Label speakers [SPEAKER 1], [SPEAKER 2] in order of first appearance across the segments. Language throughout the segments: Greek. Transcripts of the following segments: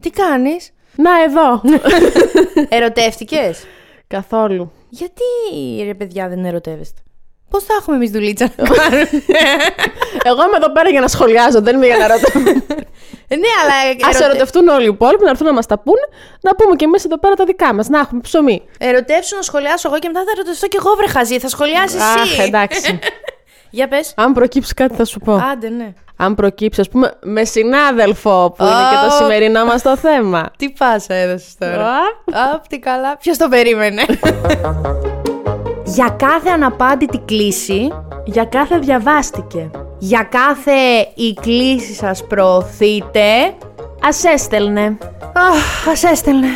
[SPEAKER 1] Τι κάνεις.
[SPEAKER 2] Να, εδώ.
[SPEAKER 1] Ερωτεύτηκες.
[SPEAKER 2] Καθόλου.
[SPEAKER 1] Γιατί ρε παιδιά δεν ερωτεύεστε. Πώς θα έχουμε εμείς δουλίτσα να κάνουμε.
[SPEAKER 2] Εγώ είμαι εδώ πέρα για να σχολιάζω, δεν είμαι για να ρωτάω.
[SPEAKER 1] Ε, ναι, αλλά.
[SPEAKER 2] Ας
[SPEAKER 1] ερω-
[SPEAKER 2] ερωτευτούν όλοι οι υπόλοιποι, να έρθουν να μας τα πούν, να πούμε κι εμείς εδώ πέρα τα δικά μας. Να έχουμε ψωμί.
[SPEAKER 1] Ερωτεύσου να σχολιάσω εγώ και μετά θα ερωτευτώ κι εγώ βρε χαζή. Θα σχολιάσεις
[SPEAKER 2] Αχ,
[SPEAKER 1] εσύ.
[SPEAKER 2] εντάξει.
[SPEAKER 1] Για πες.
[SPEAKER 2] Αν προκύψει κάτι, θα σου πω.
[SPEAKER 1] Άντε, ναι.
[SPEAKER 2] Αν προκύψει, ας πούμε, με συνάδελφο που είναι και το
[SPEAKER 1] Ω.
[SPEAKER 2] σημερινό μας το θέμα.
[SPEAKER 1] Τι πάσα έδωσε
[SPEAKER 2] Α,
[SPEAKER 1] Απ' τι καλά. Ποιος το περίμενε. Για κάθε αναπάντητη κλίση,
[SPEAKER 2] Για κάθε διαβάστηκε.
[SPEAKER 1] για κάθε η κλίση σας προωθείτε,
[SPEAKER 2] Ας έστελνε.
[SPEAKER 1] αχ, ας έστελνε.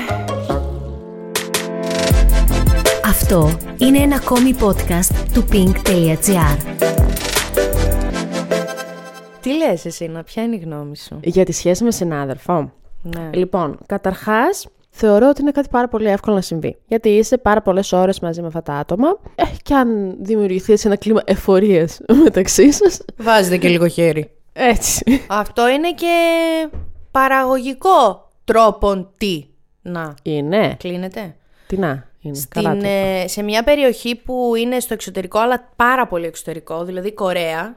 [SPEAKER 3] Αυτό είναι ένα ακόμη podcast του pink.gr.
[SPEAKER 1] Τι λες εσύ, να ποια είναι η γνώμη σου.
[SPEAKER 2] Για τη σχέση με συνάδελφο.
[SPEAKER 1] Ναι.
[SPEAKER 2] Λοιπόν, καταρχάς, θεωρώ ότι είναι κάτι πάρα πολύ εύκολο να συμβεί. Γιατί είσαι πάρα πολλές ώρες μαζί με αυτά τα άτομα. Ε, και αν δημιουργηθείς ένα κλίμα εφορίας μεταξύ σας.
[SPEAKER 1] Βάζετε και λίγο χέρι.
[SPEAKER 2] Έτσι.
[SPEAKER 1] Αυτό είναι και παραγωγικό τρόπον τι. Να,
[SPEAKER 2] Είναι.
[SPEAKER 1] κλείνεται.
[SPEAKER 2] Τι να. Είναι. Καλά
[SPEAKER 1] Στην,
[SPEAKER 2] το.
[SPEAKER 1] ε, σε μια περιοχή που είναι στο εξωτερικό, αλλά πάρα πολύ εξωτερικό, δηλαδή Κορέα,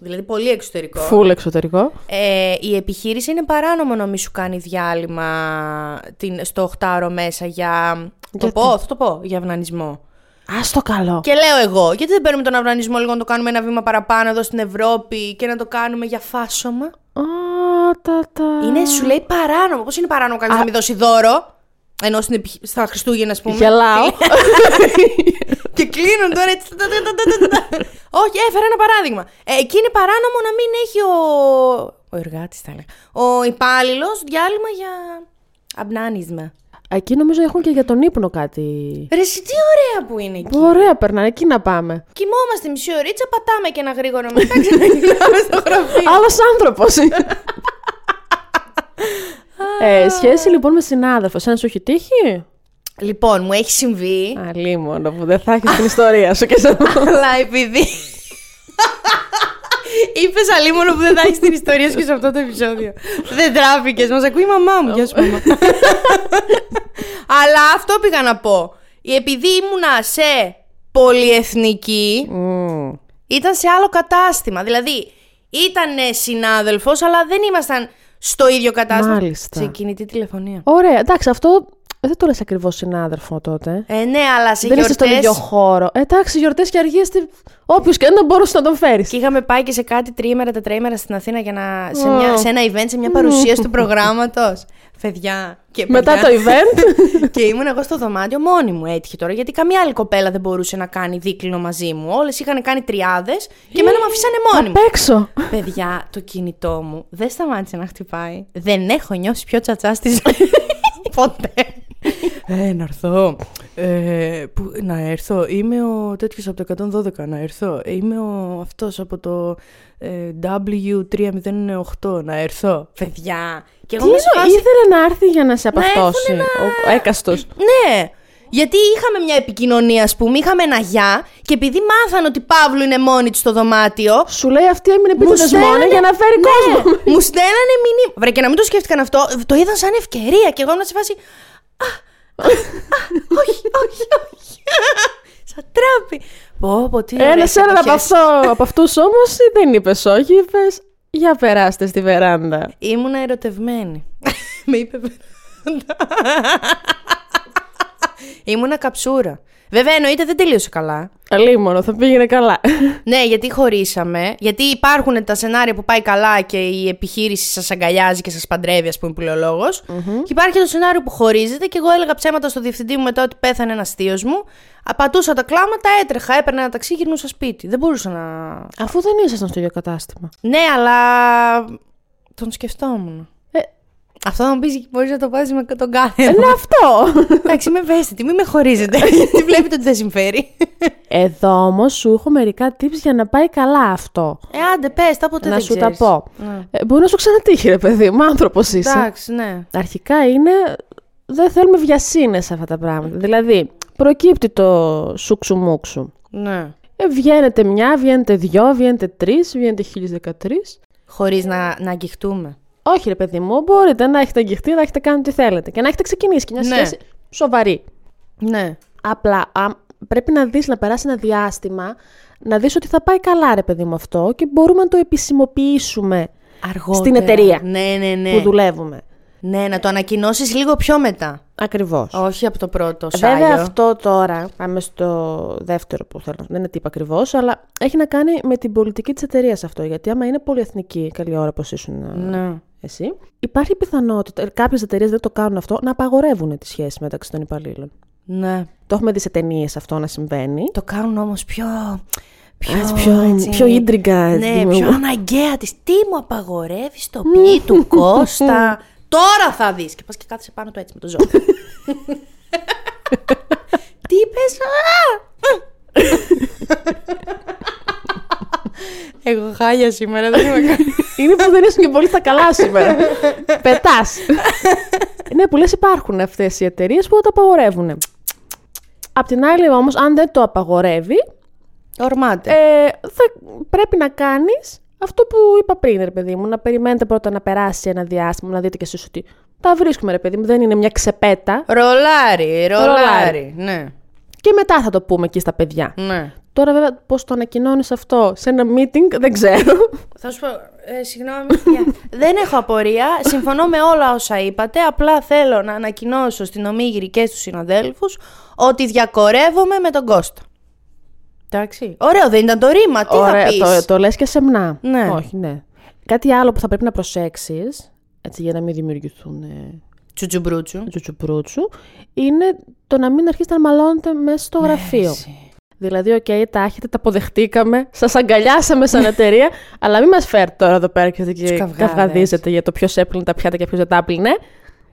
[SPEAKER 1] δηλαδή πολύ εξωτερικό.
[SPEAKER 2] Φουλ εξωτερικό.
[SPEAKER 1] Ε, η επιχείρηση είναι παράνομο να μη σου κάνει διάλειμμα την, στο 8ωρο μέσα για. Το
[SPEAKER 2] Γιατί?
[SPEAKER 1] πω, θα το πω, για αυνανισμό.
[SPEAKER 2] Α το καλό.
[SPEAKER 1] Και λέω εγώ, γιατί δεν παίρνουμε τον αυνανισμό λίγο να το κάνουμε ένα βήμα παραπάνω εδώ στην Ευρώπη και να το κάνουμε για φάσομα.
[SPEAKER 2] Α, τα, τα.
[SPEAKER 1] Είναι, σου λέει παράνομο. Πώς είναι παράνομο κανείς να μην δώσει δώρο, ενώ στην, επιχ- στα Χριστούγεννα, ας πούμε.
[SPEAKER 2] Γελάω.
[SPEAKER 1] και κλείνουν τώρα έτσι. τα, τα, τα, τα, τα, τα. Όχι, έφερα ένα παράδειγμα. Ε, εκεί είναι παράνομο να μην έχει ο. Ο εργάτης, θα έλεγα. Ο υπάλληλος διάλειμμα για αμπνάνισμα.
[SPEAKER 2] Εκεί νομίζω έχουν και για τον ύπνο κάτι.
[SPEAKER 1] Ρε, εσύ τι ωραία που είναι εκεί.
[SPEAKER 2] Ωραία, περνάνε. Εκεί να πάμε.
[SPEAKER 1] Κοιμόμαστε μισή ωρίτσα, πατάμε και ένα γρήγορο μετά ξαναγυρνάμε στο γραφείο.
[SPEAKER 2] Άλλος άνθρωπος. ε, σχέση λοιπόν με συνάδελφο. Σαν σου έχει
[SPEAKER 1] Ε.
[SPEAKER 2] τύχει.
[SPEAKER 1] λοιπόν, μου έχει συμβεί.
[SPEAKER 2] Αλίμονο που δεν θα έχεις την ιστορία σου και σε
[SPEAKER 1] Αλλά επειδή. Είπες αλίμονο που δεν θα έχεις την ιστορία σου και σε αυτό το επεισόδιο. δεν τράβηκες. Μας ακούει η μαμά μου. Γεια σου, μαμά. Αλλά αυτό πήγα να πω. Επειδή ήμουνα σε πολυεθνική,
[SPEAKER 2] Μμμ.
[SPEAKER 1] ήταν σε άλλο κατάστημα. Δηλαδή, ήταν συνάδελφος, αλλά δεν ήμασταν στο ίδιο κατάστημα.
[SPEAKER 2] Μάλιστα.
[SPEAKER 1] Σε κινητή τηλεφωνία.
[SPEAKER 2] Ωραία, εντάξει, αυτό δεν το λες ακριβώς συνάδελφο τότε.
[SPEAKER 1] Ε, ναι, αλλά σε
[SPEAKER 2] δεν είστε στον ίδιο
[SPEAKER 1] γιορτές
[SPEAKER 2] χώρο. Ε, εντάξει, γιορτές και αργίστε. Όποιο και αν δεν μπορούσες να τον φέρεις.
[SPEAKER 1] Και είχαμε πάει και σε κάτι τριήμερα, τετραήμερα στην Αθήνα για να, σε, μια, σε ένα event, σε μια παρουσίαση του προγράμματος. Παιδιά. Και
[SPEAKER 2] Μετά το
[SPEAKER 1] παιδιά.
[SPEAKER 2] event.
[SPEAKER 1] και ήμουν εγώ στο δωμάτιο μόνη μου έτυχε τώρα, γιατί καμία άλλη κοπέλα δεν μπορούσε να κάνει δίκλινο μαζί μου. Όλες είχαν κάνει τριάδες και εμένα με αφήσανε μόνη μου.
[SPEAKER 2] Απ' έξω.
[SPEAKER 1] Παιδιά, το κινητό μου δεν σταμάτησε να χτυπάει. Δεν έχω νιώσει πιο τσατσά στη ζωή. Ποτέ. Ε, να έρθω. Ε, που, να έρθω. Είμαι ο τέτοιος από το 112. Να έρθω. Ε, Είμαι ο αυτός από το ε, W308. Να έρθω. Παιδιά. Και
[SPEAKER 2] Τι
[SPEAKER 1] εγώ με
[SPEAKER 2] εννοώ,
[SPEAKER 1] σπάσει.
[SPEAKER 2] ήθελε να έρθει για Ναι, να σε
[SPEAKER 1] έρθουνε
[SPEAKER 2] απαυτώσει. Ο έκαστος.
[SPEAKER 1] Ναι. Γιατί είχαμε μια επικοινωνία, ας πούμε, είχαμε ένα γεια και επειδή μάθανε ότι η Παύλου είναι μόνη του στο δωμάτιο,
[SPEAKER 2] Σου λέει αυτή έμεινε επίτηδε
[SPEAKER 1] στέλνανε-
[SPEAKER 2] μόνο για να φέρει
[SPEAKER 1] ναι,
[SPEAKER 2] κόσμο.
[SPEAKER 1] Μου στέλνανε μηνύματα. Βρε, και να μην το σκέφτηκαν αυτό, το είδαν σαν ευκαιρία. Και εγώ ήμουν σε φάση. Α, α, α, όχι, όχι, όχι. Σαν τράπη. Πω, πω, τι
[SPEAKER 2] Ε, Ένα
[SPEAKER 1] ωραίες
[SPEAKER 2] έναν από,
[SPEAKER 1] εποχές.
[SPEAKER 2] αυτό- από αυτούς όμως δεν είπες όχι, είπες για περάστε στη βεράντα.
[SPEAKER 1] Ήμουνα ερωτευμένη. Με είπε βεράντα. Ήμουνα καψούρα. Βέβαια, εννοείται δεν τελείωσε καλά.
[SPEAKER 2] Αλίμονο, θα πήγαινε καλά.
[SPEAKER 1] Ναι, γιατί χωρίσαμε. Γιατί υπάρχουν τα σενάρια που πάει καλά και η επιχείρηση σας αγκαλιάζει και σας παντρεύει, ας πούμε, που λέει ο λογο Και υπάρχει και το σενάριο που χωρίζεται και εγώ έλεγα ψέματα στο διευθυντή μου μετά ότι πέθανε ένας θείος μου. Απατούσα τα κλάματα, έτρεχα, έπαιρνα ένα ταξί, γυρνούσα σπίτι. Δεν μπορούσα να.
[SPEAKER 2] Αφού δεν ήσασταν στο ίδιο κατάστημα.
[SPEAKER 1] Ναι, αλλά. Τον σκεφτόμουν.
[SPEAKER 2] Ε,
[SPEAKER 1] Αυτό θα μου πεις, μπορείς να το βάζεις με τον κάθε.
[SPEAKER 2] είναι αυτό.
[SPEAKER 1] Εντάξει, είμαι ευαίσθητη, μην με χωρίζετε. Γιατί βλέπετε ότι δεν συμφέρει.
[SPEAKER 2] Εδώ όμως σου έχω μερικά tips για να πάει καλά αυτό.
[SPEAKER 1] Ε, άντε, πες, τα ποτέ
[SPEAKER 2] να
[SPEAKER 1] δεν
[SPEAKER 2] σου
[SPEAKER 1] ξέρεις.
[SPEAKER 2] τα πω.
[SPEAKER 1] Ναι.
[SPEAKER 2] Ε, μπορεί να σου ξανατύχει, ρε παιδί μου, άνθρωπος είσαι.
[SPEAKER 1] Εντάξει, ναι.
[SPEAKER 2] Αρχικά είναι. Δεν θέλουμε βιασύνες αυτά τα πράγματα. Δηλαδή, προκύπτει το σουξουμούξου.
[SPEAKER 1] ναι.
[SPEAKER 2] Ε, βγαίνετε μια, βγαίνετε δυο, βγαίνετε τρεις, βγαίνετε 1013.
[SPEAKER 1] Χωρίς να, να αγγιχτούμε.
[SPEAKER 2] Όχι, ρε παιδί μου, μπορείτε να έχετε αγγιχτεί, να έχετε κάνει τι θέλετε και να έχετε ξεκινήσει και μια
[SPEAKER 1] Ναι.
[SPEAKER 2] σχέση σοβαρή.
[SPEAKER 1] Ναι.
[SPEAKER 2] Απλά α, πρέπει να δεις, να περάσει ένα διάστημα, να δεις ότι θα πάει καλά ρε παιδί μου αυτό και μπορούμε να το επισημοποιήσουμε
[SPEAKER 1] Αργότερα.
[SPEAKER 2] Στην εταιρεία.
[SPEAKER 1] Ναι, ναι, ναι.
[SPEAKER 2] που δουλεύουμε.
[SPEAKER 1] Ναι, να το ανακοινώσεις λίγο πιο μετά.
[SPEAKER 2] Ακριβώς.
[SPEAKER 1] Όχι από το πρώτο.
[SPEAKER 2] Βέβαια
[SPEAKER 1] σάλιο.
[SPEAKER 2] αυτό τώρα, πάμε στο δεύτερο που θέλω, να- δεν είναι τύπο ακριβώς, αλλά έχει να κάνει με την πολιτική της εταιρείας αυτό. Γιατί άμα είναι πολυεθνική, καλή ώρα πως ήσουν ε,
[SPEAKER 1] Ναι.
[SPEAKER 2] εσύ, υπάρχει πιθανότητα, κάποιες εταιρείες δεν το κάνουν αυτό, να απαγορεύουν τη σχέση μεταξύ των υπαλλήλων.
[SPEAKER 1] ναι.
[SPEAKER 2] Το έχουμε δει σε ταινίες αυτό να συμβαίνει.
[SPEAKER 1] Το κάνουν όμως πιο. Πιο,
[SPEAKER 2] Έτσι, πιο-
[SPEAKER 1] έτσι,
[SPEAKER 2] πιο ίντριγκα,
[SPEAKER 1] Ναι,
[SPEAKER 2] δημιουργού.
[SPEAKER 1] πιο αναγκαία της. Τι μου απαγορεύεις το πι του Κώστα. Τώρα θα δεις. Και πας και κάθεσαι πάνω του έτσι με το ζώο. Τι είπες, Εγώ χάλια σήμερα, δεν είμαι καλά.
[SPEAKER 2] είναι που δεν ήσουν και πολύ στα καλά σήμερα. Πετάς. ναι, που λες υπάρχουν αυτές οι εταιρείες που το απαγορεύουν. Απ' την άλλη όμως, αν δεν το απαγορεύει,
[SPEAKER 1] Ορμάτε.
[SPEAKER 2] ε, θα, πρέπει να κάνεις αυτό που είπα πριν, ρε παιδί μου. Να περιμένετε πρώτα να περάσει ένα διάστημα, να δείτε κι εσείς ότι τα βρίσκουμε, ρε παιδί μου. Δεν είναι μια ξεπέτα.
[SPEAKER 1] Ε, Ρολάρι, ρολάρι.
[SPEAKER 2] Ρολάρι.
[SPEAKER 1] Ναι,
[SPEAKER 2] Και μετά θα το πούμε και στα παιδιά.
[SPEAKER 1] ναι.
[SPEAKER 2] Τώρα, βέβαια, πώς το ανακοινώνεις αυτό σε ένα meeting, δεν ξέρω.
[SPEAKER 1] Θα σου πω, ε, συγγνώμη, παιδιά. δεν έχω απορία. Συμφωνώ με όλα όσα είπατε. Απλά θέλω να ανακοινώσω στην Ομίγυρη και στους συναδέλφους ότι διακορεύομαι με τον Κώστα. Εντάξει. Ωραίο, δεν ήταν το ρήμα. Τι θα πεις.
[SPEAKER 2] το, το λες και σεμνά.
[SPEAKER 1] Ναι.
[SPEAKER 2] Όχι, ναι. Κάτι άλλο που θα πρέπει να προσέξεις, έτσι για να μην δημιουργηθούν ε,
[SPEAKER 1] Τσουτσουμπρούτσου.
[SPEAKER 2] τσουτσουπρούτσου, είναι το να μην αρχίσετε να μαλώνετε μέσα
[SPEAKER 1] Ναι,
[SPEAKER 2] στο γραφείο. Δηλαδή, οκ, τα έχετε, τα αποδεχτήκαμε, σας αγκαλιάσαμε σαν εταιρεία, αλλά μην μα φέρετε τώρα εδώ πέρα και, και
[SPEAKER 1] καυγάδες.
[SPEAKER 2] καυγαδίζετε για το ποιος έπλυνε τα πιάτα και ποιος δεν τα έπλυνε.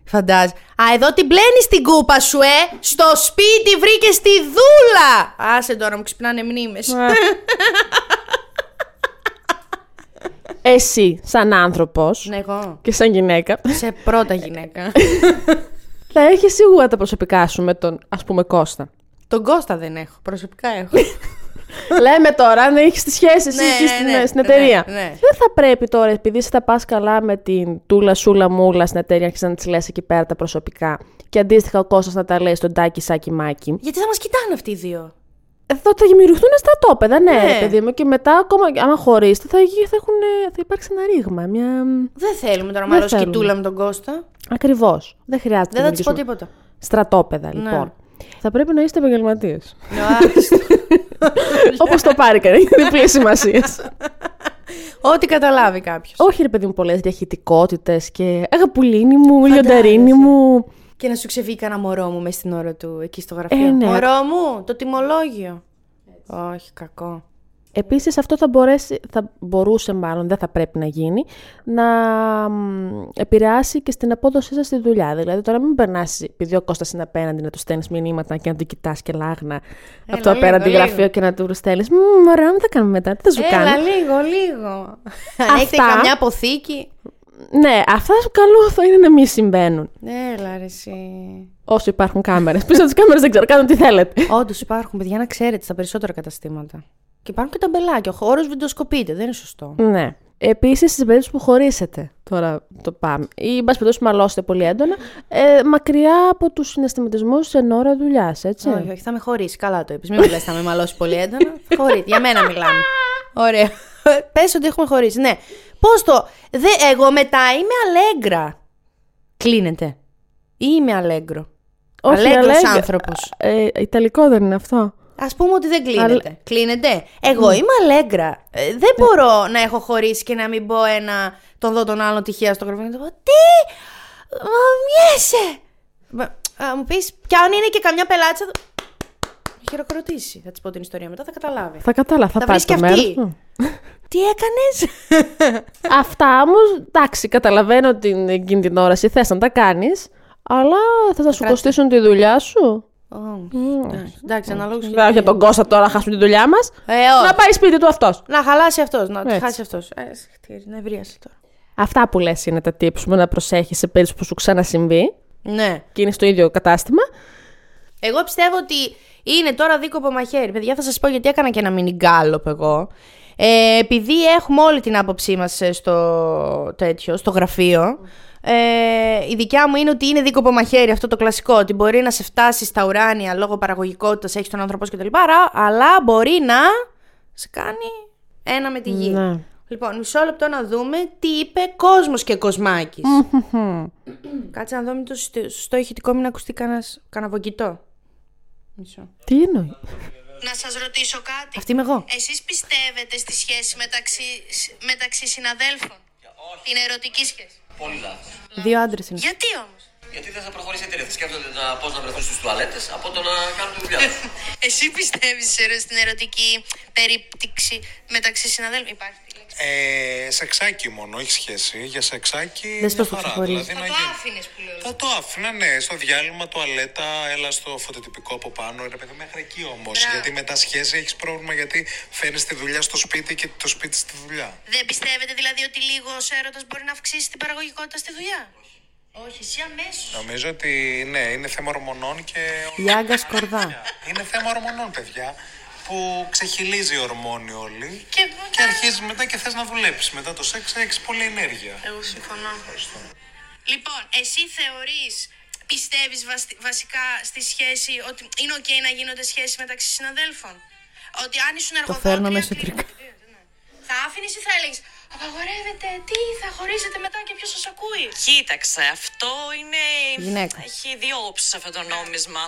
[SPEAKER 1] Φαντάζ. Α, εδώ την πλένεις την κούπα σου, ε! Στο σπίτι βρήκες τη δούλα! Άσε τώρα, μου ξυπνάνε μνήμες.
[SPEAKER 2] Εσύ, σαν άνθρωπος
[SPEAKER 1] Ναι, εγώ.
[SPEAKER 2] και σαν γυναίκα,
[SPEAKER 1] Σε πρώτα γυναίκα.
[SPEAKER 2] θα έχεις σίγουρα τα προσωπικά σου με τον ας πούμε Κώστα.
[SPEAKER 1] τον Κώστα δεν έχω. Προσωπικά έχω.
[SPEAKER 2] Λέμε τώρα, αν έχει τη σχέση εσύ
[SPEAKER 1] Ναι,
[SPEAKER 2] εκεί
[SPEAKER 1] ναι,
[SPEAKER 2] στην,
[SPEAKER 1] ναι,
[SPEAKER 2] στην εταιρεία.
[SPEAKER 1] ναι, ναι.
[SPEAKER 2] Δεν θα πρέπει τώρα, επειδή εσύ θα πας καλά με την τούλα σούλα μούλα στην εταιρεία, αρχίζεις να τη λες εκεί πέρα τα προσωπικά. Και αντίστοιχα ο Κώστας να τα λέει στον τάκι σάκι μάκι.
[SPEAKER 1] Γιατί θα μας κοιτάνε αυτοί οι δύο.
[SPEAKER 2] Ε, τότε θα δημιουργηθούν στρατόπεδα, ναι,
[SPEAKER 1] Ναι.
[SPEAKER 2] ναι. παιδί μου. Και μετά, ακόμα και άμα χωρίσετε, θα, γι- θα, έχουν, ε, θα υπάρξει ένα ρήγμα. Μια...
[SPEAKER 1] Δεν θέλουμε τώρα να
[SPEAKER 2] Δεν
[SPEAKER 1] μαλώσει
[SPEAKER 2] θέλουμε.
[SPEAKER 1] κοιτούλα με τον Κώστα.
[SPEAKER 2] Ακριβώς. Δεν χρειάζεται
[SPEAKER 1] Δεν
[SPEAKER 2] να
[SPEAKER 1] θα της πω Ναι.
[SPEAKER 2] δημιουργήσουμε
[SPEAKER 1] τίποτα.
[SPEAKER 2] Στρατόπεδα, λοιπόν. Θα πρέπει να είστε επαγγελματίες.
[SPEAKER 1] Ναι, άρχισε.
[SPEAKER 2] Όπως το πάρει κανένα. Είναι διπλή σημασία.
[SPEAKER 1] Ό,τι καταλάβει κάποιος.
[SPEAKER 2] Όχι, ρε παιδί μου, πολλές διαχειτικότητες και αγαπουλίνη μου, λιονταρίνη μου.
[SPEAKER 1] Και να σου ξεφύγει κανένα μωρό μου μες στην ώρα του εκεί στο
[SPEAKER 2] Ε,
[SPEAKER 1] γραφείο.
[SPEAKER 2] ναι.
[SPEAKER 1] Μωρό μου, το τιμολόγιο. Όχι, κακό.
[SPEAKER 2] Επίσης αυτό θα, μπορέσει, θα μπορούσε μάλλον, δεν θα πρέπει να γίνει, να μ, επηρεάσει και στην απόδοσή σας στη δουλειά. Δηλαδή τώρα μην περνάς, επειδή ο Κώστας είναι απέναντι, να τους στέλνεις μηνύματα και να του κοιτάς και λάγνα από
[SPEAKER 1] λίγο,
[SPEAKER 2] το απέναντι
[SPEAKER 1] λίγο.
[SPEAKER 2] γραφείο και να τους στέλνεις «Μμμ, ωραία, μην τα κάνουμε μετά, τι θα σου
[SPEAKER 1] Έλα,
[SPEAKER 2] κάνω».
[SPEAKER 1] λίγο, λίγο. Αν έχετε
[SPEAKER 2] Αυτά.
[SPEAKER 1] καμιά αποθήκη.
[SPEAKER 2] Ναι, αυτά σου καλό θα είναι να μην συμβαίνουν.
[SPEAKER 1] Έλα, ρε, εσύ.
[SPEAKER 2] Όσο υπάρχουν κάμερες. Πίσω από τις κάμερες δεν ξέρω, κάνουν τι θέλετε.
[SPEAKER 1] Όντως υπάρχουν, παιδιά, να ξέρετε στα περισσότερα καταστήματα. Και υπάρχουν και τα μπελάκια. Ο χώρος βιντεοσκοπείται. Δεν είναι σωστό.
[SPEAKER 2] Ναι. Επίσης, στην περίπτωση που χωρίσετε, τώρα το πάμε, ή εν πάση περιπτώσει μαλώσετε πολύ έντονα, ε, μακριά από τους συναισθηματισμούς εν ώρα δουλειάς, έτσι.
[SPEAKER 1] Όχι, όχι, θα με χωρίσεις. Καλά το είπες. Μην μου λες, θα με μαλώσεις πολύ έντονα. Χωρί, για μένα μιλάμε. Ωραία. Πες ότι έχουμε χωρίσει. Ναι. Πώς το. Δε, εγώ μετά είμαι αλέγκρα. Κλείνεται. Ή είμαι αλέγκρο. αλέγκρος
[SPEAKER 2] αλέγγυα-
[SPEAKER 1] άνθρωπος.
[SPEAKER 2] Ε, ιταλικό δεν είναι αυτό.
[SPEAKER 1] Ας πούμε ότι δεν κλείνεται. Κλείνεται. Εγώ είμαι αλέγκρα. Ε, δεν μπορώ να έχω χωρίσει και να μην πω ένα. τον δω τον άλλον τυχαία στο γραφείο και να του πω Τι! Μαμιέσαι! Μα- Α, μου πεις, κι αν είναι και καμιά πελάτσα. θα- Χειροκροτήσει. Θα της πω την ιστορία μετά, θα καταλάβει.
[SPEAKER 2] Θα κατάλαβα, θα,
[SPEAKER 1] Θα
[SPEAKER 2] πάρει
[SPEAKER 1] βρεις
[SPEAKER 2] το
[SPEAKER 1] και αυτή.
[SPEAKER 2] μέρος.
[SPEAKER 1] Τι έκανες.
[SPEAKER 2] Αυτά όμως, εντάξει, καταλαβαίνω την εκείνη την ώρα, εσύ θες να τα κάνεις, αλλά θα, να σου κοστίσουν τη δουλειά σου.
[SPEAKER 1] Εντάξει, αναλόγω.
[SPEAKER 2] Δεν θα για τον Κώστα τώρα να χάσουμε τη δουλειά μας.
[SPEAKER 1] Ε, όχι.
[SPEAKER 2] Ναι. Να πάει σπίτι του αυτός.
[SPEAKER 1] Να χαλάσει αυτός, να τη
[SPEAKER 2] Έτσι.
[SPEAKER 1] χάσει αυτός. Ε, συγχτήρι, να ευρίασε τώρα.
[SPEAKER 2] Αυτά που λες είναι τα tips μου να προσέχεις σε περίπτωση που σου ξανασυμβεί
[SPEAKER 1] Ναι.
[SPEAKER 2] και είναι στο ίδιο κατάστημα.
[SPEAKER 1] Εγώ πιστεύω ότι είναι τώρα δίκοπο μαχαίρι. Παιδιά, θα σας πω γιατί έκανα και ένα mini gallop εγώ. Ε, επειδή έχουμε όλη την άποψή μας ε, στο, τέτοιο, στο γραφείο, ε, η δικιά μου είναι ότι είναι δίκοπο μαχαίρι αυτό το κλασικό. Ότι μπορεί να σε φτάσει στα ουράνια λόγω παραγωγικότητας, έχεις τον άνθρωπό σου κτλ. άρα- Αλλά μπορεί να σε κάνει ένα με τη γη.
[SPEAKER 2] Ναι.
[SPEAKER 1] Λοιπόν, μισό λεπτό να δούμε τι είπε κόσμος και κοσμάκης. Κάτσε να δω μην το στο, στο ηχητικό μην ακουστεί κανένας καναβογγητό. Μισό.
[SPEAKER 2] Τι εννοεί.
[SPEAKER 1] Ναι.
[SPEAKER 4] Να σας ρωτήσω κάτι.
[SPEAKER 1] Αυτή είμαι εγώ.
[SPEAKER 4] Εσείς πιστεύετε στη σχέση μεταξύ, μεταξύ συναδέλφων. Την ερωτική σχέση.
[SPEAKER 5] Πολύ λάθος.
[SPEAKER 1] Δύο άντρες είναι.
[SPEAKER 4] Γιατί όμως.
[SPEAKER 5] Γιατί δεν θα προχωρήσετε ρε. Σκέφτονται να, πώς να βρεθούν στις τουαλέτες από το να κάνουν τη δουλειά τους.
[SPEAKER 4] Εσύ πιστεύεις σε- στην ερωτική περίπτυξη μεταξύ συναδέλφων. Υπάρχει αυτή η λέξη.
[SPEAKER 6] Ε, σεξάκι μόνο, έχει σχέση. Για σεξάκι.
[SPEAKER 1] Δεν στο
[SPEAKER 6] μια χαρά.
[SPEAKER 1] ξεχωρίζει.
[SPEAKER 6] Δηλαδή,
[SPEAKER 4] Θα
[SPEAKER 6] να
[SPEAKER 4] το
[SPEAKER 6] γίνει.
[SPEAKER 4] άφηνες που λέω.
[SPEAKER 6] Θα το άφηνα, ναι, στο διάλειμμα, τουαλέτα, έλα στο φωτοτυπικό από πάνω. Ρε παιδί, μέχρι εκεί όμως.
[SPEAKER 4] Μπράβο.
[SPEAKER 6] Γιατί μετά σχέση έχεις πρόβλημα, γιατί φέρνει τη δουλειά στο σπίτι και το σπίτι στη δουλειά.
[SPEAKER 4] Δεν πιστεύετε δηλαδή ότι λίγο ο έρωτας μπορεί να αυξήσει την παραγωγικότητα στη δουλειά. Όχι, εσύ αμέσως.
[SPEAKER 6] Νομίζω ότι ναι, είναι θέμα ορμονών και.
[SPEAKER 1] Λιάγκα σκορδά.
[SPEAKER 6] είναι θέμα ορμονών, παιδιά. Που ξεχυλίζει η ορμόνη όλη.
[SPEAKER 4] Και μετά-
[SPEAKER 6] και αρχίζει μετά και θες να δουλέψεις. Μετά το σεξ έχεις πολλή ενέργεια.
[SPEAKER 4] Εγώ συμφωνώ. Λοιπόν, εσύ θεωρείς, πιστεύεις βαστι- βασικά στη σχέση ότι είναι ok να γίνονται σχέσεις μεταξύ συναδέλφων. Ότι αν ήσουν εργοδότρια...
[SPEAKER 1] φέρνω μέσα
[SPEAKER 4] κλείνω
[SPEAKER 1] τρικά.
[SPEAKER 4] το δύο, ναι. Θα άφηνες ή θα έλεγες Απαγορεύεται, τι, θα χωρίζετε μετά και ποιος σας ακούει.
[SPEAKER 7] Κοίταξε, αυτό είναι.
[SPEAKER 1] Γυναίκα.
[SPEAKER 7] Έχει δύο όψεις αυτό το νόμισμα.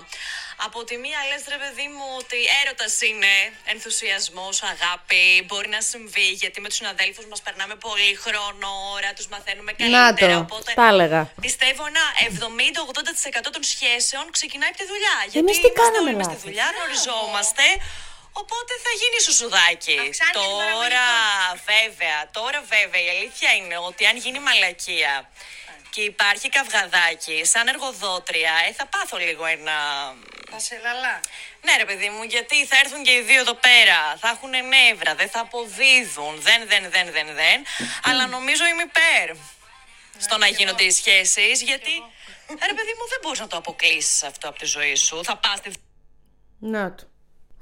[SPEAKER 7] Από τη μία λες, ρε παιδί μου, ότι έρωτας είναι ενθουσιασμός, αγάπη. Μπορεί να συμβεί γιατί με τους συναδέλφους μας περνάμε πολύ χρόνο, ώρα, τους μαθαίνουμε καλύτερα.
[SPEAKER 1] το,
[SPEAKER 7] οπότε
[SPEAKER 2] Τα έλεγα.
[SPEAKER 7] πιστεύω ένα 70-80% των σχέσεων ξεκινάει από τη δουλειά. Γιατί
[SPEAKER 1] Εμείς τι
[SPEAKER 7] είμαστε
[SPEAKER 1] κάναμε
[SPEAKER 7] όλοι μες στη
[SPEAKER 1] λάθος?
[SPEAKER 7] δουλειά, γνωριζόμαστε. Οπότε θα γίνει σουσουδάκι.
[SPEAKER 4] Αυξάνει την
[SPEAKER 7] Τώρα, βέβαια, τώρα βέβαια η αλήθεια είναι ότι αν γίνει μαλακία
[SPEAKER 4] Ε.
[SPEAKER 7] και υπάρχει καυγαδάκι, σαν εργοδότρια, ε, θα πάθω λίγο ένα.
[SPEAKER 4] Θα σε λαλά.
[SPEAKER 7] Ναι, ρε παιδί μου, γιατί θα έρθουν και οι δύο εδώ πέρα. Θα έχουν νεύρα, δεν θα αποδίδουν. Δεν, δεν, δεν, δεν, δεν. Αλλά νομίζω είμαι υπέρ στο να γίνονται οι σχέσεις, γιατί. Ρε παιδί μου, δεν μπορείς να το αποκλείσεις αυτό από τη ζωή σου. Θα πας στη
[SPEAKER 1] Να το.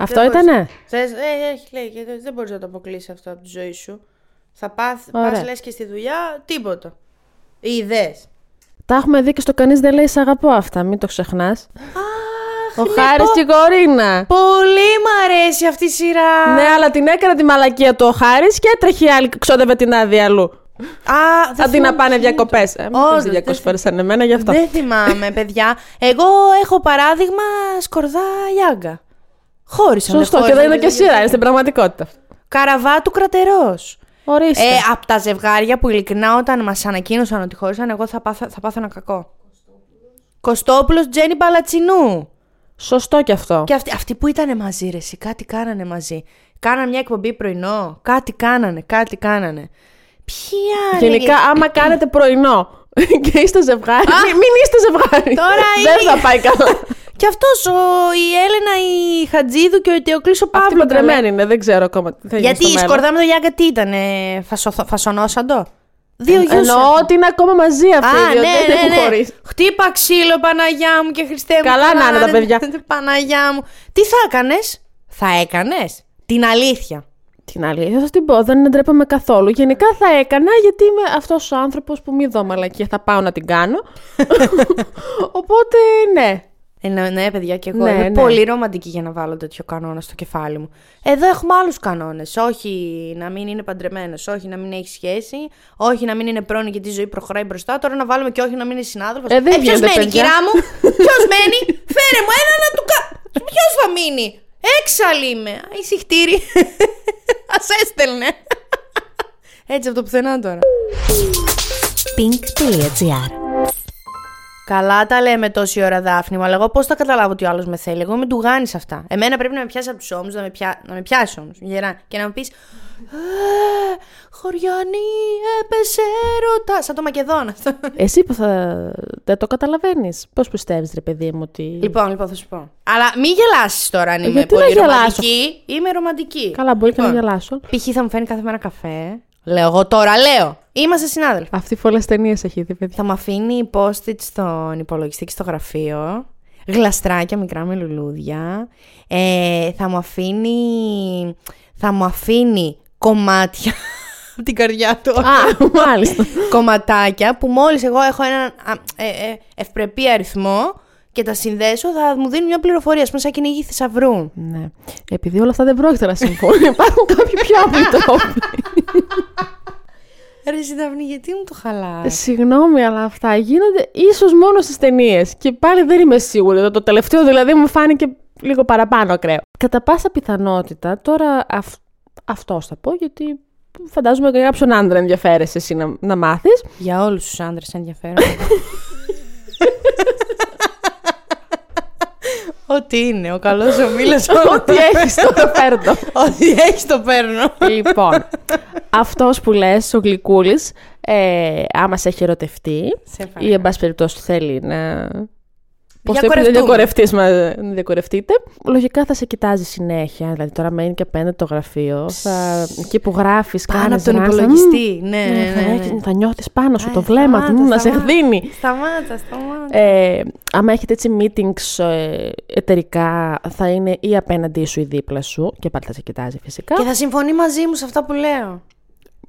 [SPEAKER 2] Αυτό ήτανε.
[SPEAKER 1] Θες, ε, έχει λέει, και δεν μπορείς να το αποκλείσεις αυτό από τη ζωή σου. Θα πάθ,
[SPEAKER 2] Ωραία.
[SPEAKER 1] πας λες και στη δουλειά τίποτα. Οι ιδέες.
[SPEAKER 2] Τα έχουμε δει και στο κανείς δεν λέει Σ' αγαπώ αυτά, μην το ξεχνάς. Ο
[SPEAKER 1] ναι,
[SPEAKER 2] Χάρης και η Κορίνα.
[SPEAKER 1] Πολύ μ' αρέσει αυτή η σειρά.
[SPEAKER 2] Ναι, αλλά την έκανε τη μαλακία του ο Χάρης και έτρεχε η άλλη, ξόδευε την άδεια αλλού.
[SPEAKER 1] Α, δεν
[SPEAKER 2] Αντί να
[SPEAKER 1] θυμάμαι
[SPEAKER 2] πάνε
[SPEAKER 1] ποιο είναι το-
[SPEAKER 2] διακοπές. Ε,
[SPEAKER 1] Όντως,
[SPEAKER 2] Όχι,
[SPEAKER 1] δεν
[SPEAKER 2] 200
[SPEAKER 1] θυμ-
[SPEAKER 2] φορές σαν εμένα γι' αυτό.
[SPEAKER 1] Δεν θυμάμαι, παιδιά. Εγώ έχω παράδειγμα σκορδά Λιάγκα. Χώρισαν.
[SPEAKER 2] Σωστό, και δεν είναι και σειρά, είναι στην πραγματικότητα.
[SPEAKER 1] Καραβά του κρατερός.
[SPEAKER 2] Ορίστε.
[SPEAKER 1] Ε, από τα ζευγάρια που ειλικρινά όταν μας ανακοίνωσαν ότι χώρισαν, εγώ θα πάθω, θα πάθω ένα κακό. Κωστόπουλος Τζένι Μπαλατσινού.
[SPEAKER 2] Σωστό κι αυτό.
[SPEAKER 1] Και αυτοί, αυτοί που ήταν μαζί, ρε, εσύ, κάτι κάνανε μαζί. Κάνανε μια εκπομπή πρωινό. Κάτι κάνανε, κάτι κάνανε. Ποια ρε,
[SPEAKER 2] Γενικά, άμα κάνετε πρωινό και είστε ζευγάρι. Μην, μην είστε ζευγάρι.
[SPEAKER 1] Τώρα
[SPEAKER 2] Δεν
[SPEAKER 1] είναι-
[SPEAKER 2] θα πάει καλά.
[SPEAKER 1] Και αυτό η Έλενα, η Χατζίδου και ο Τεοκλής ο
[SPEAKER 2] Αυτή
[SPEAKER 1] Παύλο.
[SPEAKER 2] παντρεμένη είναι, δεν ξέρω ακόμα. τι θα γίνει
[SPEAKER 1] Γιατί
[SPEAKER 2] στο
[SPEAKER 1] η
[SPEAKER 2] μέλλον.
[SPEAKER 1] σκορδά με το Γιάγκα τι ήταν, ε, φασοθο- φασονόσαντο. Δύο γιους.
[SPEAKER 2] Ε, Εννοώ ότι είναι ακόμα μαζί αυτή.
[SPEAKER 1] Α, ναι,
[SPEAKER 2] διότι δεν έχουν
[SPEAKER 1] ναι, ναι.
[SPEAKER 2] χωρίσει.
[SPEAKER 1] Χτύπα ξύλο, Παναγιά μου και Χριστέ μου.
[SPEAKER 2] Καλά να είναι τα παιδιά.
[SPEAKER 1] Παναγιά μου. Τι θα έκανες, θα έκανες. Την αλήθεια.
[SPEAKER 2] Την αλήθεια, θα σας την πω, δεν ντρέπαμε καθόλου. Γενικά θα έκανα γιατί είμαι αυτός ο άνθρωπος που μη δω μαλακία, θα πάω να την κάνω. Οπότε ναι.
[SPEAKER 1] Ε, ναι, ναι, παιδιά, και εγώ
[SPEAKER 2] Ναι,
[SPEAKER 1] είμαι
[SPEAKER 2] ναι.
[SPEAKER 1] πολύ ρομαντική για να βάλω τέτοιο κανόνα στο κεφάλι μου. Εδώ έχουμε άλλους κανόνες. Όχι να μην είναι παντρεμένος, όχι να μην έχει σχέση, όχι να μην είναι πρώην γιατί η ζωή προχωράει μπροστά. Τώρα να βάλουμε και όχι να μην είναι συνάδελφος.
[SPEAKER 2] Ε, δεν
[SPEAKER 1] ποιο
[SPEAKER 2] γίνεται,
[SPEAKER 1] μένει,
[SPEAKER 2] παιδιά.
[SPEAKER 1] κυρά μου, ποιος μένει, φέρε μου ένα να του κα. Ποιος θα μείνει, έξαλλη είμαι. Α, Ησυχτήρι. Ας έστελνε. Έτσι από το πουθενά τώρα.
[SPEAKER 3] pink.gr
[SPEAKER 1] Καλά τα λέμε τόση ώρα, Δάφνη, μου, αλλά εγώ πώς θα καταλάβω ότι ο άλλος με θέλει. Εγώ με του γάνει αυτά. Εμένα πρέπει να με πιάσει από τους ώμους, να με, πιά... να με πιάσει όμως, γερά, και να μου πεις. Ε, Χωριανή, έπεσε έρωτα. Σαν το Μακεδόνα.
[SPEAKER 2] Εσύ που θα. Δεν το καταλαβαίνεις. Πώς πιστεύεις, ρε παιδί μου, ότι.
[SPEAKER 1] λοιπόν, λοιπόν, θα σου πω. Αλλά μην γελάσεις τώρα αν είμαι
[SPEAKER 2] Γιατί να
[SPEAKER 1] πολύ
[SPEAKER 2] γελάσω?
[SPEAKER 1] ρομαντική. Είμαι ρομαντική.
[SPEAKER 2] Καλά, μπορεί και να
[SPEAKER 1] Λοιπόν,
[SPEAKER 2] γελάσω.
[SPEAKER 1] Π.χ. θα μου φέρνει κάθε μέρα καφέ. Λέω εγώ τώρα, λέω. Είμαστε συνάδελφοι.
[SPEAKER 2] Αυτή πολλές ταινίες έχει δει, παιδιά.
[SPEAKER 1] Θα μου αφήνει post-it στον υπολογιστή και στο γραφείο. Γλαστράκια μικρά με λουλούδια. Ε, θα μου αφήνει. Θα μου αφήνει κομμάτια από την καρδιά του.
[SPEAKER 2] Α, μάλιστα.
[SPEAKER 1] κομματάκια που μόλις εγώ έχω έναν α, ε, ε, ευπρεπή αριθμό και τα συνδέσω θα μου δίνουν μια πληροφορία, ας πούμε σαν κυνήγι θησαυρού.
[SPEAKER 2] ναι. Επειδή όλα αυτά δεν πρόκειται να συμβούν, υπάρχουν κάποιοι πιο απλοί τρόποι.
[SPEAKER 1] Ρε συνταυνή, γιατί μου το χαλάς.
[SPEAKER 2] Ε, Συγγνώμη, αλλά αυτά γίνονται ίσως μόνο στις ταινίες. Και πάλι δεν είμαι σίγουρη. Το- Το τελευταίο δηλαδή μου φάνηκε λίγο παραπάνω ακραίο. Κατά πάσα πιθανότητα, τώρα αυ... αυτός θα πω, γιατί φαντάζομαι ότι για κάποιον άντρα ενδιαφέρεσαι εσύ να, να μάθεις.
[SPEAKER 1] Για όλους τους άντρες ενδιαφέρον. Ό,τι είναι, ο καλός ο μήλος
[SPEAKER 2] Ό,τι έχεις, το φέρνω.
[SPEAKER 1] Ό,τι έχεις το παίρνω.
[SPEAKER 2] λοιπόν, αυτός που λες, ο Γλυκούλης, ε, άμα σε έχει ερωτευτεί,
[SPEAKER 1] Σε παρακαλώ.
[SPEAKER 2] ή εν πάση περιπτώσει θέλει να. Πώς το είπε, να
[SPEAKER 1] Διακορευτούμε.
[SPEAKER 2] διακορευτείς μα- να διακορευτείτε. Λογικά θα σε κοιτάζει συνέχεια. Δηλαδή, τώρα μένει και απέναντι το γραφείο. Θα, εκεί που γράφεις,
[SPEAKER 1] Πάνω από τον υπολογιστή. Ναι, ναι, ναι. ναι.
[SPEAKER 2] Θα νιώθεις πάνω σου
[SPEAKER 1] Α,
[SPEAKER 2] το βλέμμα του,
[SPEAKER 1] σταμάτα,
[SPEAKER 2] μμ, να σε
[SPEAKER 1] σταμάτα.
[SPEAKER 2] χδίνει.
[SPEAKER 1] Σταμάτα, σταμάτα.
[SPEAKER 2] Ε, άμα έχετε έτσι meetings ε, εταιρικά, θα είναι ή απέναντί σου ή δίπλα σου. Και πάλι θα σε κοιτάζει φυσικά.
[SPEAKER 1] Ε, Και θα συμφωνεί μαζί μου σε αυτά που λέω.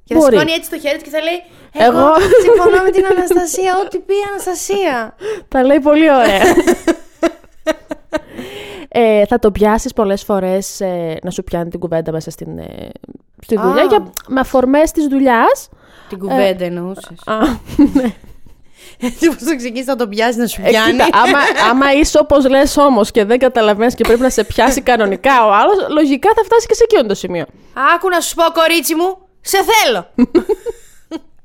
[SPEAKER 1] Και θα
[SPEAKER 2] Μπορεί.
[SPEAKER 1] σηκώνει έτσι το χέρι του και θα λέει
[SPEAKER 2] Εγώ-
[SPEAKER 1] Εγώ, συμφωνώ με την Αναστασία, ό,τι πει η Αναστασία.
[SPEAKER 2] Τα λέει πολύ ωραία. ε, θα το πιάσεις πολλές φορές ε, να σου πιάνει την κουβέντα μέσα στην, ε, στη
[SPEAKER 1] Α.
[SPEAKER 2] δουλειά και με αφορμές της δουλειάς.
[SPEAKER 1] Την κουβέντα εννοούσες.
[SPEAKER 2] Α,
[SPEAKER 1] ναι. Έτσι όπως το ξεκίνησε να τον πιάσει να σου
[SPEAKER 2] ε,
[SPEAKER 1] πιάνει.
[SPEAKER 2] κοίτα, άμα, άμα είσαι όπως λες όμως και δεν καταλαβαίνεις και πρέπει να σε πιάσει κανονικά ο άλλος, λογικά θα φτάσει και σε εκείνο το σημείο.
[SPEAKER 1] Άκου να σου πω, κορίτσι μου, σε θέλω.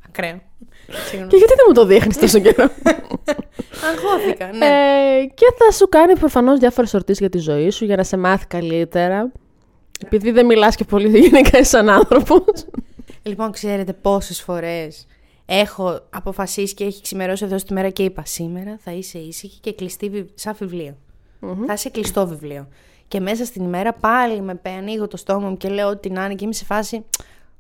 [SPEAKER 1] Ακραίο. Συγγνώμη.
[SPEAKER 2] Και γιατί δεν μου το δείχνεις τόσο καιρό.
[SPEAKER 1] Αγχώθηκα, ναι.
[SPEAKER 2] ε, και θα σου κάνει προφανώς διάφορες ερωτήσεις για τη ζωή σου, για να σε μάθει καλύτερα. Επειδή δεν μιλάς και πολύ γενικά σαν άνθρωπος.
[SPEAKER 1] Λοιπόν, ξέρετε πόσες φορές έχω αποφασίσει και έχει ξημερώσει εδώ στη μέρα και είπα σήμερα θα είσαι ήσυχη και κλειστή βι- σαν βιβλιο Θα είσαι κλειστό βιβλίο. Και μέσα στην ημέρα πάλι με πέ- ανοίγω το στόμα μου και λέω ό,τι να είναι και είμαι σε φάση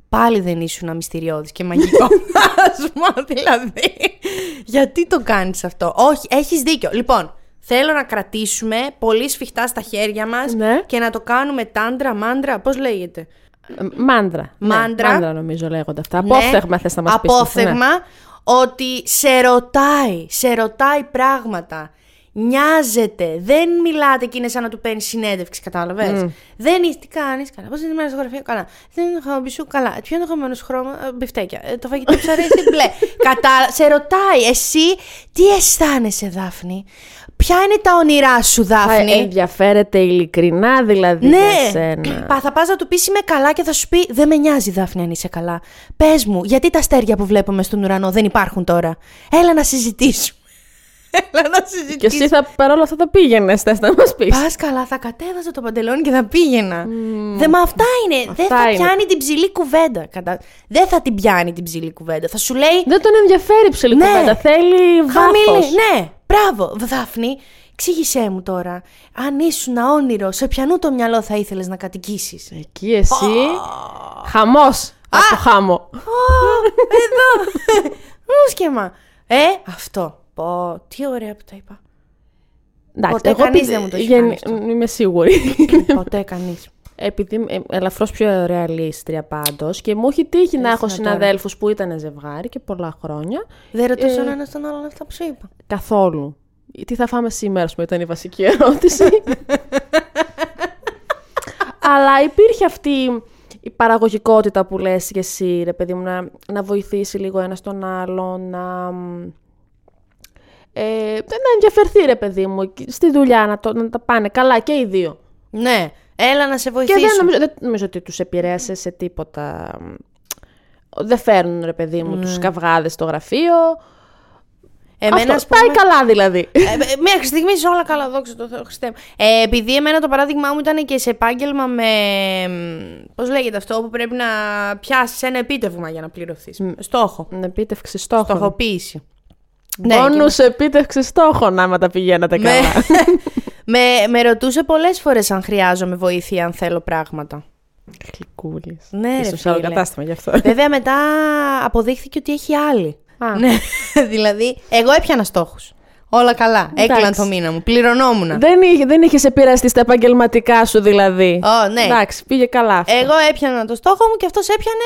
[SPEAKER 1] πάλι δεν ήσουν αμυστηριώδης και μαγικό πλάσμα δηλαδή. Γιατί το κάνεις αυτό. Όχι, έχεις δίκιο. Λοιπόν, θέλω να κρατήσουμε πολύ σφιχτά στα χέρια μας
[SPEAKER 2] Ναι.
[SPEAKER 1] και να το κάνουμε τάντρα, μάντρα, πώς λέγεται.
[SPEAKER 2] Μάντρα. Ναι,
[SPEAKER 1] Μάντρα.
[SPEAKER 2] μάντρα νομίζω λέγονται αυτά.
[SPEAKER 1] Ναι.
[SPEAKER 2] Απόφθεγμα θες να μας πεις. ναι.
[SPEAKER 1] Απόφθεγμα ότι σε ρωτάει, σε ρωτάει πράγματα. Νοιάζεται, δεν μιλάτε και είναι σαν να του παίρνει συνέντευξη, κατάλαβες. Δεν είσαι, τι κάνεις, καλά. Πώς είναι μέρα στο γραφείο, καλά. Δεν είναι το χόμπι σου, καλά. Ποιο είναι το χαμμένο σου χρώμα, Ε, μπιφτέκια. Ε, το φαγητό σου αρέσει, μπλε. Κατάλα... Σε ρωτάει, εσύ τι αισθάνεσαι, Δάφνη. Ποια είναι τα όνειρά σου,
[SPEAKER 2] Θα
[SPEAKER 1] Δάφνη.
[SPEAKER 2] ενδιαφέρεται ειλικρινά δηλαδή για
[SPEAKER 1] Ναι,
[SPEAKER 2] σένα.
[SPEAKER 1] Πα- θα πας να του πεις είμαι καλά και θα σου πει δεν με νοιάζει Δάφνη αν είσαι καλά. Πες μου, γιατί τα αστέρια που βλέπουμε στον ουρανό δεν υπάρχουν τώρα. Έλα να συζητήσουμε. Έλα να συζητήσουμε.
[SPEAKER 2] Και εσύ θα, παρόλα αυτά θα πήγαινες, θες να μας πεις.
[SPEAKER 1] Πας καλά, θα κατέβαζα το παντελόνι και θα πήγαινα. Δε, μα αυτά είναι. δεν
[SPEAKER 2] Αυτά
[SPEAKER 1] θα
[SPEAKER 2] είναι.
[SPEAKER 1] πιάνει την ψηλή κουβέντα. Κατα... Δεν θα την πιάνει την ψηλή κουβέντα. Θα σου λέει
[SPEAKER 2] Δεν τον ενδιαφέρει η ψηλή
[SPEAKER 1] Ναι.
[SPEAKER 2] κουβέντα, θέλει βάθος.
[SPEAKER 1] Χαμηλή, ναι, μπράβο, Δάφνη. Ξήγησέ μου τώρα, αν ήσουν όνειρο, σε πιανού το μυαλό θα ήθελες να κατοικήσεις.
[SPEAKER 2] Εκεί εσύ, χαμός από το χάμο.
[SPEAKER 1] Εδώ! Μουσκεμα! Ε, αυτό. Πω, τι ωραία που τα είπα. Ποτέ κανείς
[SPEAKER 2] επειδή-
[SPEAKER 1] δεν μου το έχει
[SPEAKER 2] γεν-
[SPEAKER 1] κάνει αυτό.
[SPEAKER 2] Είμαι σίγουρη.
[SPEAKER 1] Ποτέ κανείς.
[SPEAKER 2] Επειδή είμαι ελαφρώς πιο ωραία λύστρια πάντως και μου έχει τύχει να έχω
[SPEAKER 1] Ε, να τώρα.
[SPEAKER 2] συναδέλφους που ήταν ζευγάρι και πολλά χρόνια
[SPEAKER 1] Δεν ρωτούσαν
[SPEAKER 2] Ε.
[SPEAKER 1] ένα τον άλλον αυτά που σου είπα.
[SPEAKER 2] Καθόλου. Τι θα φάμε σήμερα, που ήταν η βασική ερώτηση. Αλλά υπήρχε αυτή η παραγωγικότητα που λες και εσύ, ρε παιδί μου, να, να βοηθήσει λίγο ένας τον άλλο, να... μ, Ε, να ενδιαφερθεί, ρε παιδί μου, και στη δουλειά, να, το, να τα πάνε καλά και οι δύο.
[SPEAKER 1] Ναι, έλα να σε
[SPEAKER 2] Και
[SPEAKER 1] βοηθήσω.
[SPEAKER 2] δεν νομίζω, δεν νομίζω ότι τους επηρέασε σε τίποτα. Δεν φέρνουν, ρε παιδί μου, τους καυγάδες στο γραφείο.
[SPEAKER 1] Ναι. Εμένα, ας
[SPEAKER 2] Αυτό, πάει
[SPEAKER 1] πούμε,
[SPEAKER 2] καλά δηλαδή.
[SPEAKER 1] ε, ε, μέχρι στιγμής όλα καλά, δόξα τω Θεώ, Χριστέ μου. Ε, επειδή εμένα το παράδειγμά μου ήταν και σε επάγγελμα με. Πώς λέγεται αυτό, που πρέπει να πιάσεις ένα επίτευγμα για να πληρωθείς. Στόχο.
[SPEAKER 2] Επίτευξη στόχων.
[SPEAKER 1] Στοχοποίηση. Ναι, και Ναι.
[SPEAKER 2] Πόνους επίτευξη στόχων άμα τα πηγαίνατε
[SPEAKER 1] με,
[SPEAKER 2] καλά.
[SPEAKER 1] με, με ρωτούσε πολλές φορές αν χρειάζομαι βοήθεια, αν θέλω πράγματα.
[SPEAKER 2] Κλικούλης.
[SPEAKER 1] Ναι, ρε
[SPEAKER 2] Ίσως άλλο
[SPEAKER 1] φίλε.
[SPEAKER 2] κατάστημα γι' αυτό.
[SPEAKER 1] Βέβαια μετά αποδείχθηκε ότι έχει άλλη.
[SPEAKER 2] Α.
[SPEAKER 1] Ναι, δηλαδή εγώ έπιανα στόχους. Όλα καλά. Έκλειναν
[SPEAKER 2] Εντάξει.
[SPEAKER 1] το μήνα μου. Πληρωνόμουν.
[SPEAKER 2] Δεν, είχε, δεν είχες επηρεαστεί στα επαγγελματικά σου δηλαδή.
[SPEAKER 1] Ω, ναι. Ε-
[SPEAKER 2] Εντάξει, πήγε καλά αυτό.
[SPEAKER 1] Εγώ έπιανα το στόχο μου και αυτός έπιανε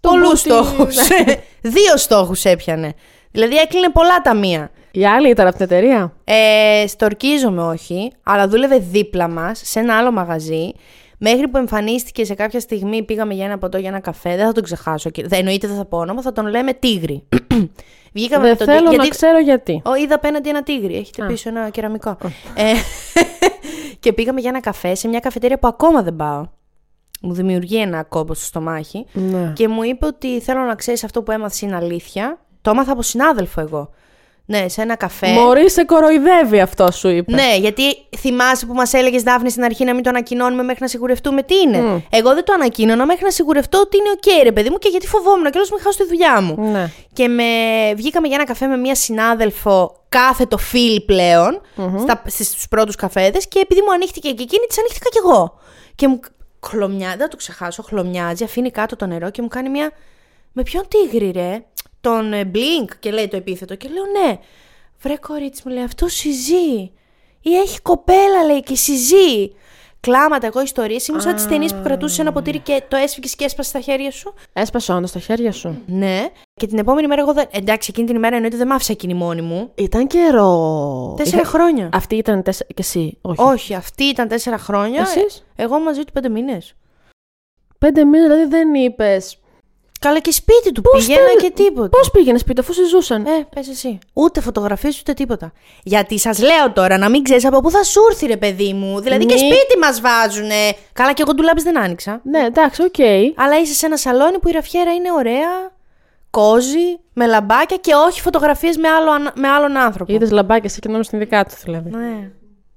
[SPEAKER 2] Το
[SPEAKER 1] πολλού
[SPEAKER 2] μπούτι. Ναι.
[SPEAKER 1] στόχου. Δύο στόχους έπιανε. Δηλαδή έκλεινε πολλά ταμεία.
[SPEAKER 2] Η άλλη ήταν από την εταιρεία.
[SPEAKER 1] Ε, στορκίζομαι όχι, αλλά δούλευε δίπλα μας σε ένα άλλο μαγαζί. Μέχρι που εμφανίστηκε σε κάποια στιγμή, πήγαμε για ένα ποτό, για ένα καφέ. Δεν θα τον ξεχάσω. και- Δεν, εννοείται δεν θα πω όνομα, θα τον λέμε Τίγρη. Βγήκαμε με
[SPEAKER 2] Δεν
[SPEAKER 1] τον
[SPEAKER 2] θέλω
[SPEAKER 1] Τίγρη,
[SPEAKER 2] να
[SPEAKER 1] Ε- γιατί-
[SPEAKER 2] ξέρω γιατί.
[SPEAKER 1] Ω, είδα απέναντι ένα τίγρη. Έχετε πίσω ένα κεραμικό. Ε, και πήγαμε για ένα καφέ σε μια καφετέρια που ακόμα δεν πάω. Μου δημιουργεί ένα κόμπο στο στομάχι.
[SPEAKER 2] Ναι.
[SPEAKER 1] Και μου είπε ότι θέλω να ξέρεις αυτό που έμαθες είναι αλήθεια. Το έμαθα από συνάδελφο εγώ. Ναι, σε ένα καφέ.
[SPEAKER 2] Μωρή σε κοροϊδεύει αυτό σου είπε.
[SPEAKER 1] Ναι, γιατί θυμάσαι που μας έλεγες Δάφνη στην αρχή να μην το ανακοινώνουμε μέχρι να σιγουρευτούμε τι είναι. Εγώ δεν το ανακοίνωνα μέχρι να σιγουρευτώ ότι είναι οκ, ρε παιδί μου, και γιατί φοβόμουν και όλος μην χάσω τη δουλειά μου.
[SPEAKER 2] Ναι.
[SPEAKER 1] Και με... βγήκαμε για ένα καφέ με μία συνάδελφο, κάθετο φίλη πλέον, στα... στους πρώτους καφέδες. Και επειδή μου ανοίχτηκε και εκείνη, της ανοίχτηκα κι εγώ. Και μου χλωμιά, δεν θα το ξεχάσω, χλωμιάζει, αφήνει κάτω το νερό και μου κάνει μία. Με ποιον τίγρη, ρε, τον ε, Blink και λέει το επίθετο. Και λέω ναι. Βρε κορίτσι μου λέει, αυτό συζεί. Ή έχει κοπέλα, λέει, και συζεί. Κλάματα, εγώ ιστορίε. Ήμουν σαν τις ταινίες που κρατούσες ένα ποτήρι και το έσφυγες και έσπασες στα χέρια σου.
[SPEAKER 2] Έσπασε όντως τα χέρια σου.
[SPEAKER 1] Ναι. Και την επόμενη μέρα εγώ δεν. Εντάξει, εκείνη την ημέρα εννοείται δεν μ' άφησα εκείνη μόνη μου.
[SPEAKER 2] Ήταν καιρό.
[SPEAKER 1] Τέσσερα
[SPEAKER 2] Είχα-
[SPEAKER 1] χρόνια.
[SPEAKER 2] Αυτή ήταν τέσσερα. Και εσύ, όχι.
[SPEAKER 1] Όχι, αυτή ήταν τέσσερα χρόνια.
[SPEAKER 2] Εσείς?
[SPEAKER 1] Ε, Εγώ μαζί του πέντε μήνες.
[SPEAKER 2] Πέντε μήνες δηλαδή δεν είπες.
[SPEAKER 1] Καλά και σπίτι του πήγαινα και τίποτα.
[SPEAKER 2] Πώς πήγαινε σπίτι αφού συζούσαν.
[SPEAKER 1] Ε, πες εσύ. Ούτε φωτογραφίες ούτε τίποτα. Γιατί σας λέω τώρα να μην ξέρεις από πού θα σου έρθει, ρε παιδί μου. Δηλαδή και
[SPEAKER 2] Μη-
[SPEAKER 1] σπίτι μας βάζουνε. Καλά και εγώ ντουλάπε δεν άνοιξα.
[SPEAKER 2] Ναι, εντάξει, οκ.
[SPEAKER 1] Αλλά είσαι σε ένα σαλόνι που η ραφιέρα είναι ωραία, κόζι, με λαμπάκια και όχι φωτογραφίες με, άλλο, ανα- με άλλον άνθρωπο.
[SPEAKER 2] Είδες λαμπάκια εσύ και νόμιζες την δικά τους δηλαδή.
[SPEAKER 1] Ναι.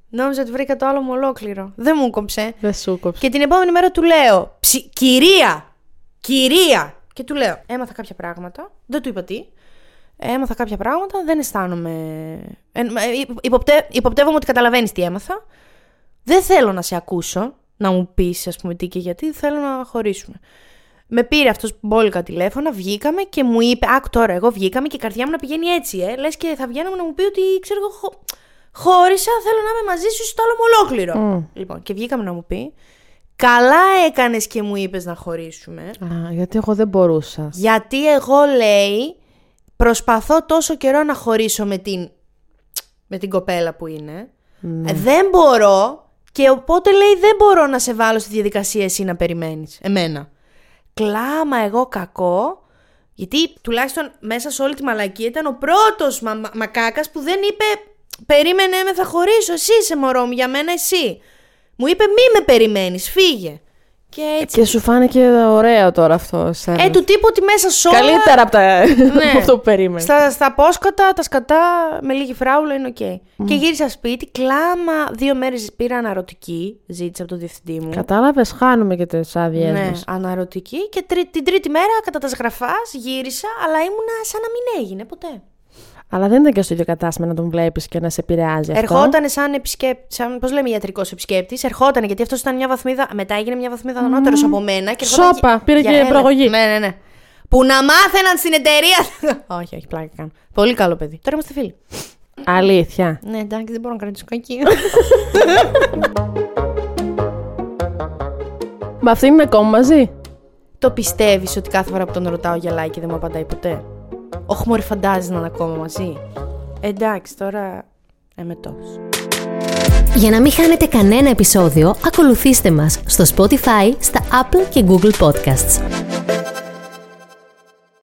[SPEAKER 1] Νόμιζα ότι βρήκα το άλλο μου ολόκληρο. Δεν μου κόψε.
[SPEAKER 2] Δεν σου κόψε.
[SPEAKER 1] Και την επόμενη μέρα του λέω, «Ψι- κυρία, κυρία. Και του λέω, έμαθα κάποια πράγματα, δεν του είπα τι. Έμαθα κάποια πράγματα, δεν αισθάνομαι... Ε, ε, υπο- υποπτε- υποπτεύομαι ότι καταλαβαίνεις τι έμαθα. Δεν θέλω να σε ακούσω, να μου πεις ας πούμε τι και γιατί, θέλω να χωρίσουμε. Με πήρε αυτός μπόλικα τηλέφωνα, βγήκαμε και μου είπε, άκου τώρα εγώ βγήκαμε και η καρδιά μου να πηγαίνει έτσι, ε, λες και θα βγαίναμε να μου πει ότι ξέρω εγώ χω- χώρισα, θέλω να είμαι μαζί σου στο άλλο μου ολόκληρο. Λοιπόν, και βγήκαμε να μου πει, Καλά έκανες και μου είπες να χωρίσουμε.
[SPEAKER 2] Α, γιατί εγώ δεν μπορούσα.
[SPEAKER 1] Γιατί εγώ λέει προσπαθώ τόσο καιρό να χωρίσω με την, με την κοπέλα που είναι. Ε, Δεν μπορώ και οπότε λέει δεν μπορώ να σε βάλω στη διαδικασία εσύ να περιμένεις εμένα. Κλάμα εγώ κακό γιατί τουλάχιστον μέσα σε όλη τη μαλακία ήταν ο πρώτος μα- μα- μακάκας που δεν είπε περίμενε με θα χωρίσω εσύ είσαι μωρό μου για μένα εσύ. Μου είπε μη με περιμένεις φύγε. Και έτσι.
[SPEAKER 2] Και σου φάνηκε ωραίο τώρα αυτό. Σένα.
[SPEAKER 1] Ε, του τύπου ότι μέσα σε όλα...
[SPEAKER 2] Καλύτερα από, τα...
[SPEAKER 1] Ναι.
[SPEAKER 2] από αυτό που περίμενες.
[SPEAKER 1] Στα, στα πόσκοτα, τα σκατά με λίγη φράουλα είναι οκ. Και γύρισα σπίτι, κλάμα. Δύο μέρες πήρα αναρωτική. Ζήτησα από τον διευθυντή μου.
[SPEAKER 2] Κατάλαβες, χάνουμε και τις άδειές
[SPEAKER 1] Ναι,
[SPEAKER 2] μας.
[SPEAKER 1] αναρωτική. Και τρι- την τρίτη μέρα, κατά τα σγραφάς, γύρισα, αλλά ήμουνα σαν να μην έγινε ποτέ.
[SPEAKER 2] Αλλά δεν ήταν και στο ίδιο κατάστημα να τον βλέπεις και να σε επηρεάζει αυτό.
[SPEAKER 1] Ερχόταν σαν επισκέπτη, σαν, πώς λέμε, ιατρικός επισκέπτης. Ερχόταν γιατί αυτός ήταν μια βαθμίδα. Μετά έγινε μια βαθμίδα ανώτερος από μένα. Και ερχόταν
[SPEAKER 2] Σόπα,
[SPEAKER 1] και-
[SPEAKER 2] πήρε
[SPEAKER 1] για
[SPEAKER 2] και
[SPEAKER 1] έλα.
[SPEAKER 2] προαγωγή.
[SPEAKER 1] Ναι, ναι, ναι. Που να μάθαιναν στην εταιρεία. όχι, όχι, πλάκα κάνω. Πολύ καλό παιδί. Τώρα είμαστε φίλοι.
[SPEAKER 2] Αλήθεια.
[SPEAKER 1] Ναι, εντάξει, δεν μπορώ να κρατήσω κακή.
[SPEAKER 2] Μα αυτή είναι ακόμα μαζί.
[SPEAKER 1] Το πιστεύεις ότι κάθε φορά που τον ρωτάω γελάει και δεν μου απαντάει ποτέ. Όχι μωρή φαντάζεσαι να είναι ακόμα μαζί. Ε, Εντάξει τώρα εμετός.
[SPEAKER 3] Για να μην χάνετε κανένα επεισόδιο, ακολουθήστε μας στο Spotify, στα Apple και Google Podcasts.